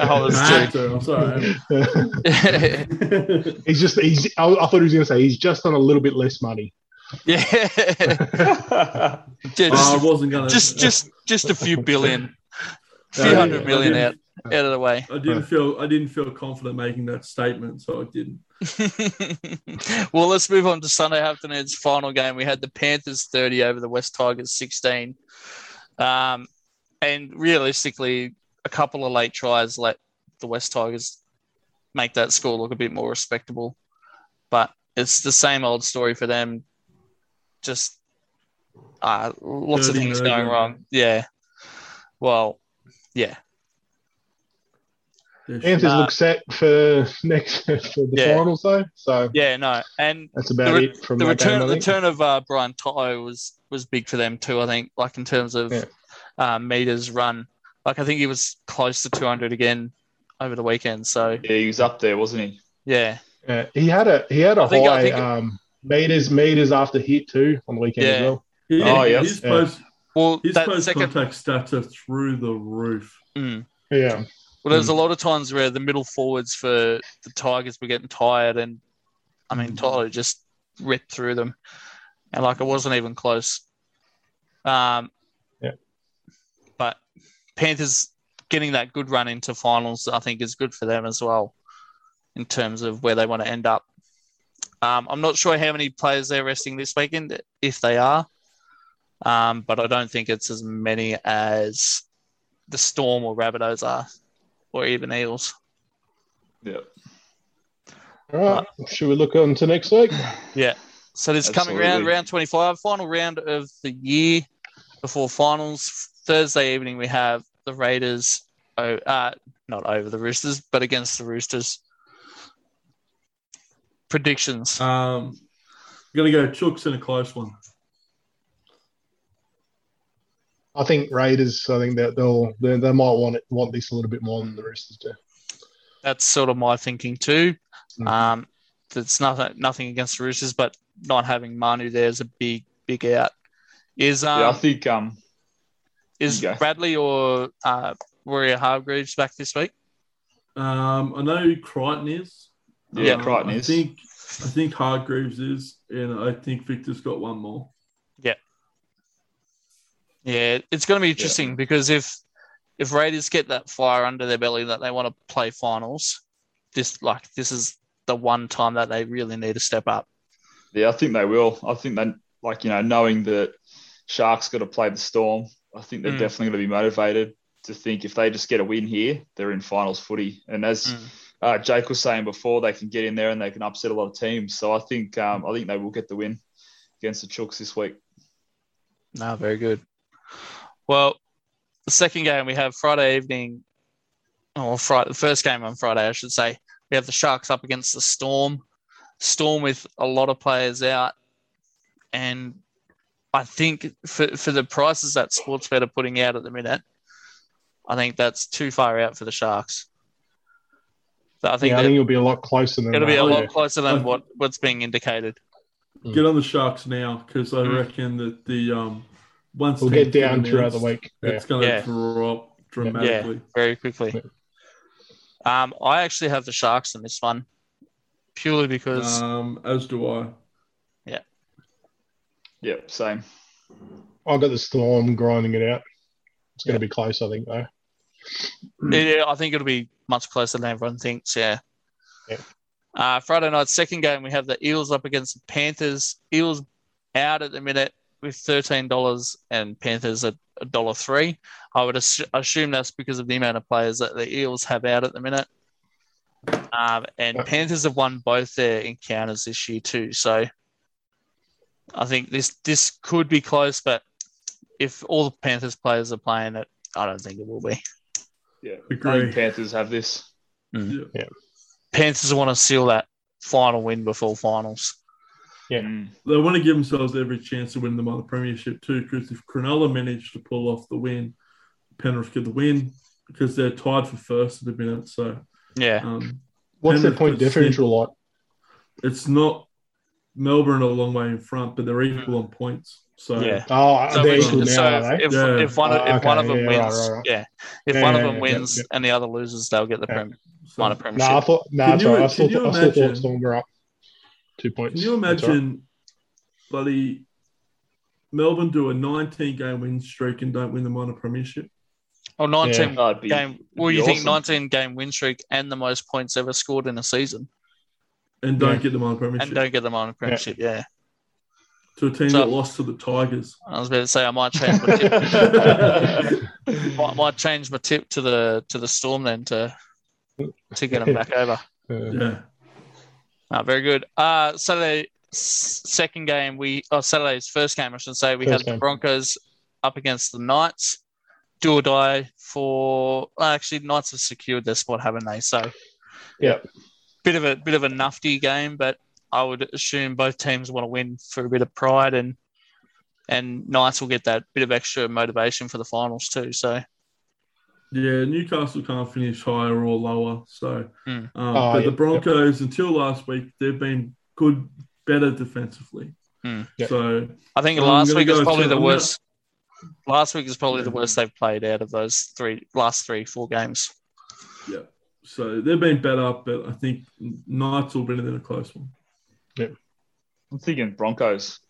S1: I was
S3: Nah, so I'm sorry.
S1: joking.
S4: he's just he's. I, I thought he was going to say he's just on a little bit less money.
S1: yeah. Yeah,
S3: Oh, I
S1: just,
S3: wasn't gonna.
S1: just, just, just a few billion,
S4: Yeah,
S1: few hundred
S4: yeah.
S1: million out, out of the way.
S3: I didn't feel I didn't feel confident making that statement, so I didn't.
S1: well, let's move on to Sunday afternoon's final game. We had the Panthers 30 over the West Tigers 16. Um, and realistically, a couple of late tries let the West Tigers make that score look a bit more respectable. But it's the same old story for them. Just uh, lots of
S3: Dirty
S1: things
S3: murder.
S1: going wrong. Yeah. Well, yeah.
S3: They're shit.
S4: Panthers
S1: Nah.
S4: look set for next for the
S1: Uh, Yeah.
S4: finals though. So
S1: Yeah, no. And
S4: that's about
S1: The re-
S4: it from
S1: the
S4: that
S1: return
S4: game, I
S1: the
S4: think.
S1: return of uh, Brian Toto was was big for them too. I think like in terms of
S4: Yeah.
S1: uh, meters run, like I think he was close to 200 again over the weekend. So
S2: Yeah, he was up there, wasn't he?
S1: yeah,
S4: Yeah, he had a he had a
S1: I think- I
S4: high
S1: think-
S4: um, meters meters after hit too on the weekend as
S1: Yeah.
S4: well.
S3: He-
S2: Oh, yes.
S3: His
S4: Yeah.
S3: post
S1: well
S3: his
S1: that
S3: post
S1: second.
S3: contact stats are through the roof.
S1: Mm.
S4: Yeah,
S1: Well, there's a lot of times where the middle forwards for the Tigers were getting tired, and I mean,
S3: Mm.
S1: Tyler just ripped through them, and like it wasn't even close. Um,
S4: Yeah.
S1: But Panthers getting that good run into finals, I think, is good for them as well in terms of where they want to end up. Um, I'm not sure how many players they're resting this weekend, if they are, um, but I don't think it's as many as the Storm or Rabbitohs are or even Eels.
S2: Yeah.
S4: all right.
S1: Uh,
S4: Should we look on to next week?
S1: So this coming round,
S2: Absolutely.
S1: round 25, final round of the year before finals. Thursday evening, we have the Raiders, oh, uh, not over the Roosters, but against the Roosters. Predictions.
S3: Um, gonna go Chooks in a close one.
S4: I think Raiders. I think that they'll they, they might want it, want this a little bit more than the Roosters do.
S1: That's sort of my thinking too.
S2: Mm-hmm.
S4: Mhm.
S1: Um, it's nothing, nothing against the Roosters, but not having Manu there is a big, big out. Is um,
S2: yeah, I think um,
S1: is
S2: you go.
S1: Bradley or uh, Warrior Hargreaves back this week?
S3: Um, I know Crichton is.
S2: yeah,
S3: Um,
S2: Crichton
S3: I
S2: is.
S3: think I think Hargreaves is, and I think Victor's got one more.
S1: Yeah, it's going to be interesting because if if Raiders get that fire under their belly that they want to play finals, this like this is the one time that they really need to step up.
S2: Yeah, I think they will. I think that, like, you know, knowing that Sharks got to play the Storm, I think they're
S1: Mm.
S2: definitely going to be motivated to think if they just get a win here, they're in finals footy. And as
S1: Mm.
S2: uh, Jake was saying before, they can get in there and they can upset a lot of teams. So I think um, I think they will get the win against the Chooks this week.
S1: No, very good. Well, the second game we have Friday evening, or Friday, the first game on Friday, I should say. We have the Sharks up against the Storm. Storm with a lot of players out, and I think for for the prices that Sportsbet are putting out at the minute, I think that's too far out for the Sharks. So I think
S4: yeah, I
S1: that
S4: think it'll be a lot closer than
S1: it'll be a
S4: that.
S1: lot
S4: Yeah. Um,
S1: closer
S3: I-
S1: than what, what's being indicated.
S4: Mm.
S3: Get on the Sharks now because I
S2: Hmm.
S1: Mm.
S3: reckon that the um once
S4: We'll
S3: teams
S4: get down throughout the
S3: announced,
S4: week. Yeah.
S3: it's gonna
S1: Yeah.
S3: drop dramatically.
S1: very quickly. Um, I actually have the Sharks in this one purely because
S3: Um, as do I.
S2: Yep, same.
S4: I got the Storm grinding it out. It's going to be close, I think, though.
S1: yeah, I think it'll be much closer than everyone thinks. Yeah.
S4: Yeah.
S1: Uh, Friday night, second game, we have the Eels up against the Panthers. Eels out at the minute with thirteen dollars, and Panthers at a dollar three. I would assu- assume that's because of the amount of players that the Eels have out at the minute. Um, and
S4: Yeah.
S1: Panthers have won both their encounters this year too. So I think this this could be close, but if all the Panthers players are playing it, I don't think it will be.
S2: Yeah. I
S3: Agree.
S2: think Panthers have this.
S1: Panthers want to seal that final win before finals.
S4: Yeah.
S2: Mm.
S3: They want to give themselves every chance to win the Mother Premiership too, because if Cronulla managed to pull off the win, Penrith get the win because they're tied for first at the minute. So
S1: Yeah.
S3: um,
S4: What's their
S3: Penrith
S4: point
S3: could sneak-
S4: differential like?
S3: it's not Melbourne are a long way in front, but they're equal
S4: Mm.
S3: on points. So
S1: Yeah.
S4: Oh,
S1: So,
S4: they're
S1: we-
S4: equal now,
S1: so
S4: are they?
S1: if,
S3: Yeah.
S1: if one of,
S4: Ah,
S1: if one of
S4: okay,
S1: them
S4: yeah,
S1: wins,
S4: right, right, right.
S1: yeah, if
S4: Yeah,
S1: one of
S4: yeah,
S1: them
S4: yeah,
S1: wins
S4: yeah.
S1: and the other loses, they'll get the
S4: Yeah.
S1: prem,
S3: so-
S1: minor premiership.
S4: Nah, I thought. Nah,
S3: Can you-
S4: sorry, I
S3: can
S4: still,
S3: you
S4: I still
S3: imagine-
S4: thought Storm were up two points.
S3: Can you
S4: That's all right.
S3: imagine bloody Melbourne do a 19 game win streak and don't win the minor premiership?
S1: Or 19
S2: That'd be-
S1: game. Well,
S2: be
S1: you think
S2: awesome.
S1: 19 game win streak and the most points ever scored in a season,
S3: And don't
S4: Yeah.
S3: get the minor premiership
S1: and don't get the minor premiership. Yeah.
S3: to a team
S1: So-
S3: that lost to the Tigers.
S1: I was about to say I might change my tip. might, might change my tip to the to the storm then to to get them back over.
S4: Uh,
S3: Yeah.
S1: Ah, very good. Uh, Saturday s- second game we oh Saturday's first game I should say we
S4: First
S1: had the
S4: game.
S1: Broncos up against the Knights. Do or die for well, actually Knights have secured their spot, haven't they? So
S4: Yeah.
S1: bit of a bit of a nufty game, but I would assume both teams want to win for a bit of pride and and Knights will get that bit of extra motivation for the finals too. So
S3: Yeah, Newcastle can't finish higher or lower. So,
S1: Hmm.
S3: um, but
S4: Oh, yeah,
S3: the Broncos, until last week, they've been good, better defensively.
S1: Hmm.
S4: Yep.
S3: So,
S1: I think
S3: I'm
S1: last
S3: gonna
S1: week
S3: go
S1: is probably
S3: to-
S1: the
S3: I'm gonna-
S1: worst. Last week is probably the
S3: Yeah.
S1: worst they've played out of those three last three four games.
S3: so they've been better, but I think Knights will better than a close one.
S2: I'm thinking Broncos.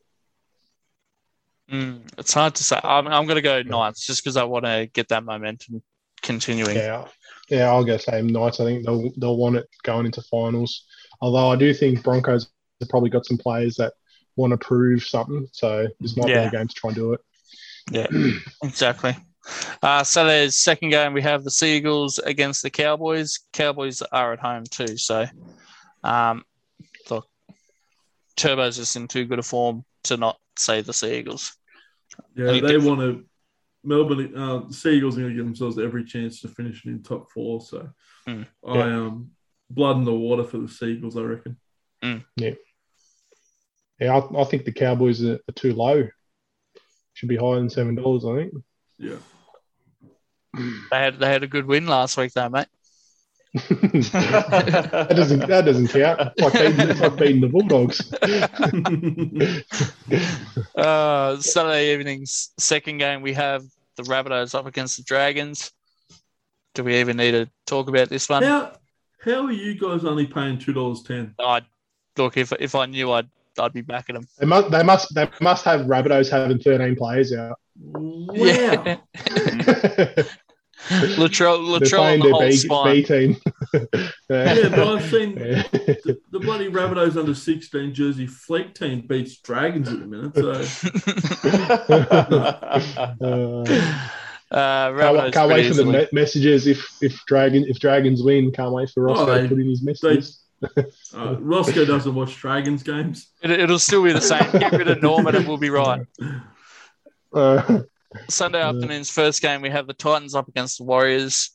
S1: Mm, it's hard to say. I'm, I'm going to go Knights just because I want to get that momentum continuing.
S4: yeah, yeah, I'll go same nights. I think they'll they'll want it going into finals. Although I do think Broncos have probably got some players that want to prove something, so this might
S1: Yeah.
S4: be a game to try and do it.
S1: Exactly. Uh, so there's second game. We have the Seagulls against the Cowboys. Cowboys are at home too. So, um, look, Turbo's just in too good a form to not say the Seagulls.
S3: Yeah,
S1: Any
S3: they
S1: difference?
S3: want to. Melbourne uh, Seagulls are going to give themselves every chance to finish in top four. So,
S1: Hmm.
S3: I um, blood in the water for the Seagulls, I reckon.
S4: Yeah, I, I think the Cowboys are, are too low. Should be higher than seven dollars, I think.
S3: Yeah,
S1: They had they had a good win last week though, mate.
S4: that doesn't that doesn't count. It's like beating, it's like beating the Bulldogs.
S1: Uh, Saturday evening's second game, we have the Rabbitohs up against the Dragons. Do we even need to talk about this one?
S3: how how are you guys only paying two dollars ten?
S1: I look if if I knew, I'd I'd be backing them.
S4: They must they must they must have Rabbitohs having thirteen players out.
S3: Wow,
S1: Yeah. Latrell,
S4: They're
S1: Latrell,
S4: playing
S1: and the
S4: their
S1: whole spine.
S4: B, B team.
S3: yeah, but I've seen
S4: Yeah.
S3: the, the bloody Rabbitohs under 16 jersey fleet team beats Dragons at the minute. So
S4: Uh,
S1: uh,
S4: can't,
S1: Rabbitohs pretty
S4: can't wait for the
S1: easily.
S4: me- messages if if dragon if dragons win. Can't wait for Roscoe
S3: Oh, they-
S4: to put in his messages.
S3: uh, Roscoe doesn't watch Dragons games.
S1: It, it'll still be the same. Get rid of Norman, and we'll be right.
S4: Uh,
S1: Sunday
S4: Yeah.
S1: afternoon's first game, we have the Titans up against the Warriors.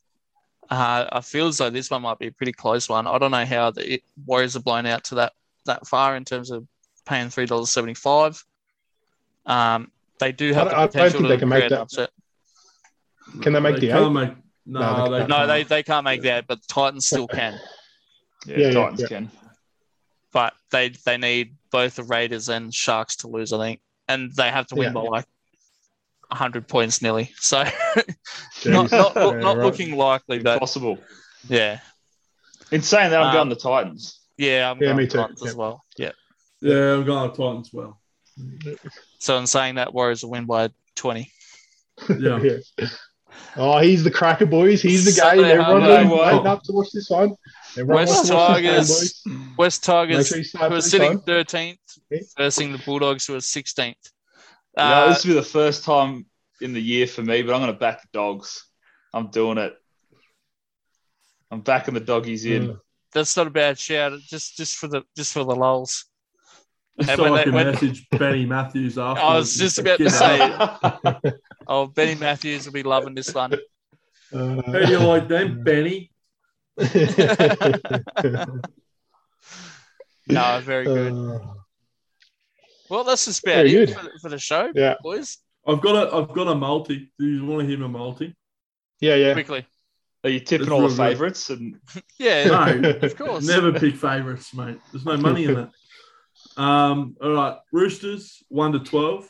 S1: Uh, I feel as though this one might be a pretty close one. I don't know how the Warriors are blown out to that that far in terms of paying three dollars seventy five. Um, they do have
S4: I-
S1: the
S4: I don't
S1: potential
S4: think
S1: to
S4: they can make
S1: create an
S4: that.
S1: upset.
S4: Can they make the
S3: can't
S4: eight?
S3: Make, no,
S4: No, they
S3: they
S4: can't.
S1: No,
S3: can't.
S1: they, they can't make that, but the Titans still can.
S2: yeah,
S4: Yeah, yeah,
S2: Titans
S4: yeah.
S2: can.
S1: But they they need both the Raiders and Sharks to lose, I think, and they have to win
S4: Yeah.
S1: by like hundred points nearly. So
S4: jeez.
S1: not not, not
S4: Yeah, right.
S1: looking likely, but
S2: Impossible.
S1: yeah.
S2: In saying that, I'm
S1: Um,
S2: going the Titans.
S1: Yeah, I'm
S4: Yeah,
S1: going
S4: me too.
S1: Titans as
S4: Yeah.
S1: well. Yeah.
S3: Yeah, I'm going to Titans well.
S1: So in saying that, Warriors will win by 20.
S3: Yeah.
S4: Yeah. Oh, he's the cracker, boys. He's the
S1: Sunday
S4: game. Everyone's
S2: Hello
S4: been
S2: World.
S4: waiting up to watch this one. Everyone
S1: West
S4: wants to watch this
S1: Tigers
S4: game,
S1: West
S4: boys. Make
S1: Tigers,
S4: sure you
S1: who
S4: start
S1: are
S4: this
S1: sitting
S4: time.
S1: 13th,
S4: Okay.
S1: versing the Bulldogs, who are 16th.
S2: yeah,
S1: Uh,
S2: this will be the first time in the year for me, but I'm going to back the dogs. I'm doing it. I'm backing the doggies in.
S3: Mm.
S1: that's not a bad shout. Just just for the just for the lulls.
S3: Just
S1: And
S3: so
S1: when
S3: I
S1: they-
S3: can
S1: when-
S3: message Benny Matthews after.
S1: was just about to say- Oh, Benny Matthews will be loving this one.
S3: How
S4: Uh,
S3: do you like them, Benny?
S1: No, very good.
S4: Uh,
S1: Well, that's just about
S4: very
S1: it
S4: good.
S1: for, the- for the show,
S4: Yeah.
S1: boys.
S3: I've got a, I've got a multi. Do you want to hear my multi?
S4: yeah, yeah.
S1: Quickly.
S2: Are you
S3: It's
S2: tipping all the
S3: real good.
S2: favourites? And
S1: Yeah,
S3: No,
S1: of course.
S3: Never pick favourites, mate. There's no money in it. Um, all right. Roosters, 1 to 12.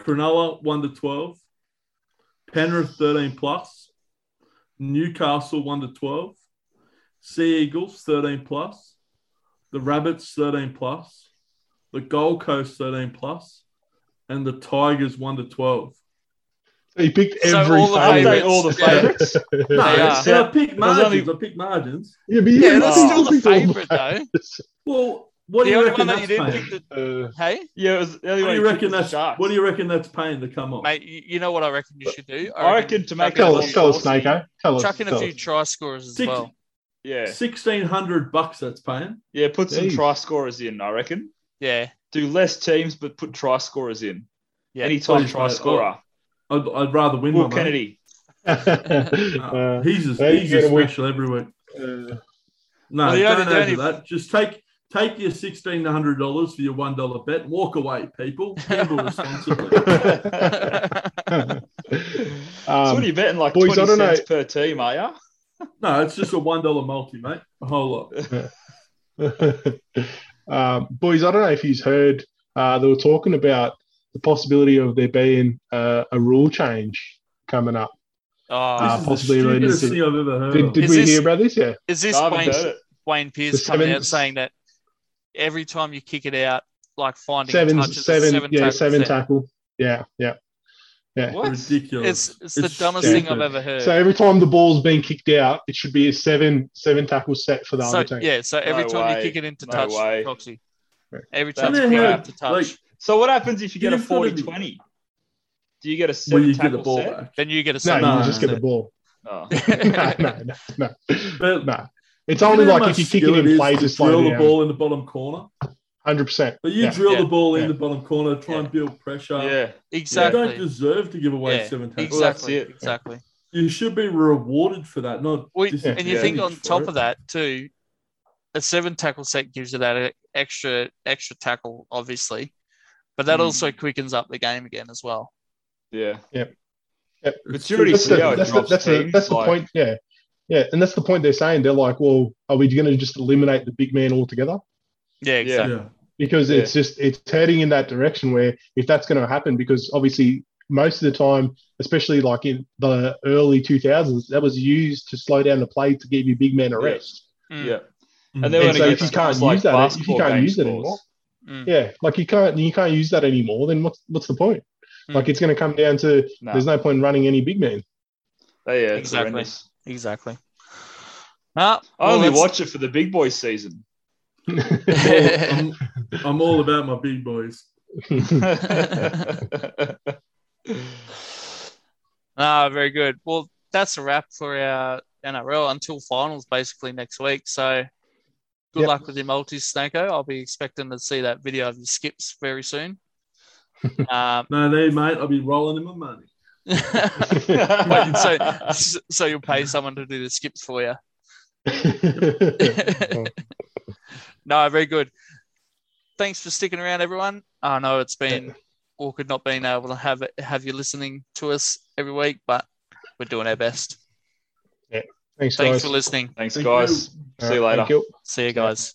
S3: Cronulla, 1 to 12. Penrith, 13 plus. Newcastle, 1 to 12. Sea Eagles, 13 plus. The Rabbits, 13 plus. The Gold Coast, 13 plus. And the Tigers, 1 to 12.
S4: He picked
S1: So
S4: every
S1: all the
S4: favourite.
S1: favourites.
S2: all the
S1: Yeah.
S2: favourites.
S3: No,
S1: Yeah.
S3: so I pick margins.
S1: only-
S3: I pick margins.
S4: yeah, but
S1: Yeah,
S4: you
S1: that's
S4: picked
S1: still
S4: all
S1: the favourite, though.
S4: favourites.
S3: Well, what do
S1: the
S3: you
S1: only one
S3: reckon
S1: that
S3: that's
S1: you didn't
S3: paying?
S1: pick that,
S4: Uh,
S1: hey,
S2: Yeah, it was the only
S3: What
S2: one
S3: do
S2: he kicked
S3: you reckon
S2: was the
S3: that's
S2: Sharks.
S3: what do you reckon that's paying to come off?
S1: mate, you, you know what I reckon you should do?
S2: I reckon to make
S4: tell
S1: chuck,
S2: it
S4: us,
S1: in-
S2: a
S4: tell us,
S2: Awesome.
S4: Snako. Tell us.
S1: chuck in
S4: tell
S1: a few
S4: us.
S1: try scorers as
S3: Six-
S1: well.
S2: Yeah,
S3: Sixteen hundred bucks that's paying.
S2: yeah. Put some
S4: Jeez.
S2: try scorers in. I reckon.
S1: Yeah,
S2: Do less teams, but put try scorers in.
S1: Yeah.
S2: Anytime
S3: Please,
S2: try
S3: mate.
S2: scorer.
S3: I'd, I'd rather win.
S2: Will
S3: my money.
S2: Kennedy.
S3: Uh,
S4: Uh,
S3: he's a,
S4: there you
S3: he's
S4: go,
S3: a
S4: we-
S3: special every week.
S4: uh,
S3: No,
S1: Well, the only-
S3: don't
S1: the
S3: add to
S1: only-
S3: that. Just take take your sixteen hundred dollars for your one dollar bet. and Walk away, people. Gamble responsibly.
S4: Oh,
S2: so what
S4: um,
S2: are you betting? Like
S4: boys, I
S2: twenty
S4: don't know.
S2: cents per team, are ya?
S3: No, it's just a one dollar multi, mate. A whole
S1: Uh,
S3: lot.
S4: um, boys, I don't know if you've heard, uh, they were talking about the possibility of there being uh, a rule change coming up.
S1: Oh,
S4: Ah,
S3: this
S4: possibly
S3: is the
S4: related
S3: stupidest
S4: to-
S3: thing I've ever heard.
S4: Did,
S3: of.
S4: did
S1: Is
S4: we
S1: this-
S4: hear about this? Yeah.
S1: is
S2: I
S1: this
S2: haven't
S1: Wayne
S2: heard it.
S1: Wayne Pierce
S4: The
S1: coming
S4: seven-
S1: out saying that every time you kick it out, like finding
S4: Seven,
S1: touches, it's
S4: seven, yeah,
S1: tackles
S4: seven
S1: in.
S4: tackle. Yeah, yeah.
S2: What?
S3: Ridiculous.
S1: It's it's the
S3: It's
S1: dumbest
S4: stupid.
S1: thing I've ever heard.
S4: So every time the ball's been kicked out, it should be a seven seven tackle set for the
S1: So,
S4: other team.
S1: yeah, so every
S2: No
S1: time
S2: way.
S1: you kick it into
S2: No
S1: touch,
S2: way.
S1: Coxie.
S4: Right.
S1: Every
S2: That's
S1: time you kick it
S2: crap.
S1: into touch,
S3: Like,
S2: So what happens if you get
S3: You've
S2: a
S3: gotta be-
S2: 40-20? Do you get a
S3: well,
S2: seven
S3: you
S2: tackle
S3: get the ball
S2: set? Oh.
S3: back.
S1: then you get a
S4: No,
S1: seven.
S3: Nah.
S4: you just get the ball.
S2: No.
S4: no, no, no, no.
S3: But-
S4: no. It's only
S3: You know how
S4: like if you
S3: much
S4: kick
S3: skill
S4: it in
S3: is
S4: play
S3: to
S4: to
S3: drill
S4: slow
S3: the
S4: down.
S3: ball in the bottom corner.
S4: Hundred percent.
S3: But you
S4: Yeah.
S3: drill
S1: Yeah.
S3: the ball
S4: Yeah.
S3: in the bottom corner, try and build
S4: uh,
S3: pressure.
S2: Yeah.
S3: You
S1: Exactly.
S3: don't deserve to give away
S1: Yeah,
S3: seven tackles.
S1: exactly.
S2: Well, that's it.
S1: Exactly.
S3: You should be rewarded for that, not
S1: Well,
S3: disadvantaged
S1: and you think on
S3: for
S1: top
S3: it.
S1: of that too, a seven tackle set gives you that e- extra extra tackle, obviously, but that
S2: Mm.
S1: also quickens up the game again as well.
S2: Yeah.
S3: It's
S2: maturity
S3: just-
S4: That's the,
S2: see how it
S4: that's, the,
S2: drops
S4: that's, the,
S2: teams,
S4: that's the
S2: like-
S4: point. Yeah, yeah, and that's the point they're saying. They're like, well, are we going to just eliminate the big man altogether?
S1: Yeah,
S2: Yeah.
S1: exactly.
S3: Yeah.
S4: Because
S2: Yeah.
S4: it's just it's heading in that direction where if that's going to happen, because obviously most of the time, especially like in the early two thousands, that was used to slow down the play to give you big man a
S2: Yeah.
S4: rest.
S1: Mm.
S2: Yeah. And
S3: Mm.
S2: they
S4: Hmm. And
S2: were
S4: so
S2: going
S4: if
S2: to
S4: you
S2: get
S4: can't
S2: guys like
S4: use that, if you
S2: basketball
S4: can't
S2: game
S4: use that
S2: scores.
S4: anymore.
S1: Mm.
S4: Yeah, like you can't you can't use that anymore. Then what's what's the point?
S1: Mm.
S4: Like it's going to come down to
S2: Hmm. Nah.
S4: there's no point in running any big man.
S2: Oh, Yeah, it's
S1: Exactly.
S2: horrendous.
S1: Exactly. Ah,
S2: I
S1: well,
S2: only
S1: that's-
S2: watch it for the big boys season.
S3: I'm, I'm all about my big boys.
S1: Ah, very good. Well, that's a wrap for our NRL until finals, basically next week. So, good
S4: Yep.
S1: luck with your multis, Snako. I'll be expecting to see that video of your skips very soon. um,
S3: No, they, mate, I'll be rolling in my money.
S1: wait, so, so you'll pay someone to do the skips for you. No, very good. Thanks for sticking around, everyone. I know it's been awkward not being able to have it, have you listening to us every week, but we're doing our best. Thanks
S4: Thanks, guys.
S1: for listening.
S2: Thanks,
S4: Thank
S2: guys.
S3: you.
S2: See you
S4: All right,
S2: later.
S4: thank you.
S1: See you guys.